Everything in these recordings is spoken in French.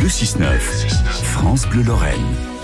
Le 6-9, France Bleu-Lorraine.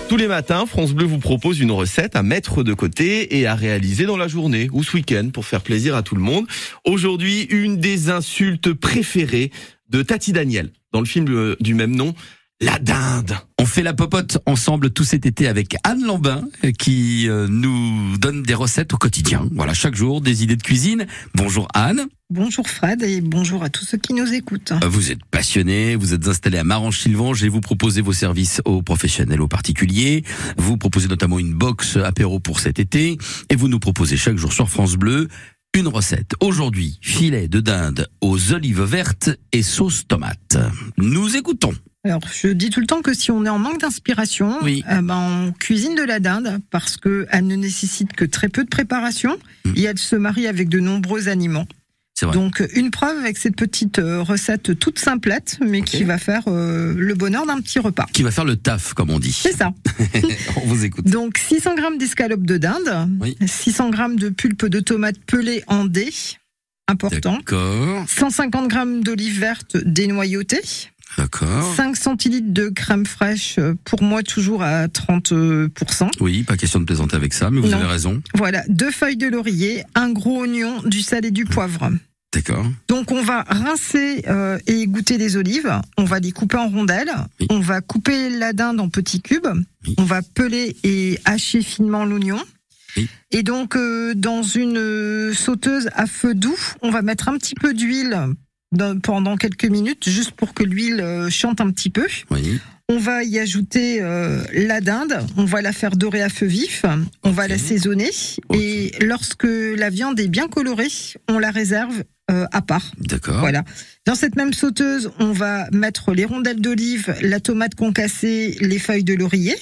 Tous les matins, France Bleu vous propose une recette à mettre de côté et à réaliser dans la journée ou ce week-end pour faire plaisir à tout le monde. Aujourd'hui, une des insultes préférées de Tati Daniel dans le film euh, du même nom, La Dinde. On fait la popote ensemble tout cet été avec Anne Lambin euh, qui euh, nous donne des recettes au quotidien. Voilà, chaque jour des idées de cuisine. Bonjour Anne. Bonjour Fred et bonjour à tous ceux qui nous écoutent. Euh, Vous êtes passionné, vous êtes installé à Marange-Sylvange et vous proposez vos services aux professionnels, aux particuliers. Vous proposez notamment une box apéro pour cet été et vous nous proposez chaque jour sur France Bleu une recette. Aujourd'hui, filet de dinde aux olives vertes et sauce tomate. Nous écoutons. Alors, je dis tout le temps que si on est en manque d'inspiration, Oui. eh ben, on cuisine de la dinde parce que elle ne nécessite que très peu de préparation Mm. et elle se marie avec de nombreux aliments. C'est vrai. Donc, une preuve avec cette petite euh, recette toute simplette, mais qui va faire euh, le bonheur d'un petit repas. Qui va faire le taf, comme on dit. C'est ça. On vous écoute. Donc 600 g d'escalope de dinde, Oui. 600 g de pulpe de tomate pelée en dés, important, D'accord, 150 g d'olives vertes dénoyautées, d'accord. 5 centilitres de crème fraîche, euh, pour moi toujours à 30%. Oui, pas question de plaisanter avec ça, mais vous Non. avez raison. Voilà, deux feuilles de laurier, un gros oignon, du sel et du poivre. D'accord. Donc on va rincer euh, et égoutter des olives, on va les couper en rondelles, Oui. on va couper la dinde en petits cubes, Oui. on va peler et hacher finement l'oignon. Oui. Et donc euh, dans une euh, sauteuse à feu doux, on va mettre un petit peu d'huile dans- pendant quelques minutes, juste pour que l'huile euh, chante un petit peu. Oui. On va y ajouter euh, la dinde, on va la faire dorer à feu vif, on va Ok. l'assaisonner Ok. et lorsque la viande est bien colorée, on la réserve euh, à part. D'accord. Voilà. Dans cette même sauteuse, on va mettre les rondelles d'olive, la tomate concassée, les feuilles de laurier.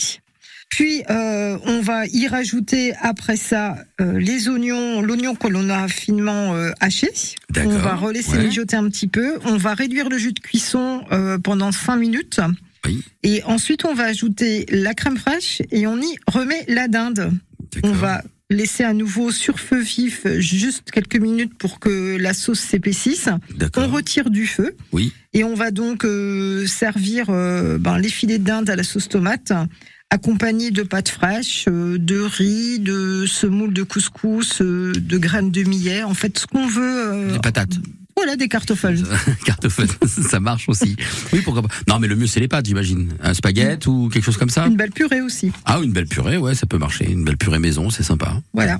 Puis euh, on va y rajouter après ça euh, les oignons, l'oignon que l'on a finement euh, haché. D'accord. On va relaisser Ouais. mijoter un petit peu. On va réduire le jus de cuisson euh, pendant 5 minutes. Oui. Et ensuite, on va ajouter la crème fraîche et on y remet la dinde. On D'accord. va laisser à nouveau sur feu vif juste quelques minutes pour que la sauce s'épaississe. On D'accord. retire du feu. Oui. Et on va donc euh, servir euh, ben, les filets de dinde à la sauce tomate, accompagnés de pâtes fraîches, euh, de riz, de semoule de couscous, euh, de graines de millet. En fait, ce qu'on veut. euh, Des patates. voilà, des cartofels. Cartofel, ça marche aussi. Oui, pourquoi pas. Non, mais le mieux, c'est les pâtes, j'imagine. Un spaghette ou quelque chose comme ça. Une belle purée aussi. Ah, une belle purée, ouais, ça peut marcher. Une belle purée maison, c'est sympa. Voilà.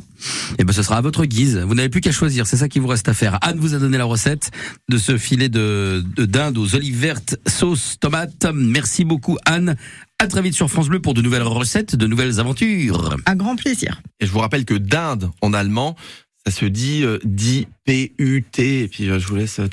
Et ben, ce sera à votre guise. Vous n'avez plus qu'à choisir. C'est ça qui vous reste à faire. Anne vous a donné la recette de ce filet de, de dinde aux olives vertes, sauce tomate. Merci beaucoup, Anne. À très vite sur France Bleu pour de nouvelles recettes, de nouvelles aventures. À grand plaisir. Et je vous rappelle que dinde en allemand, ça se dit euh, D-P-U-T. Et puis euh, je vous laisse euh,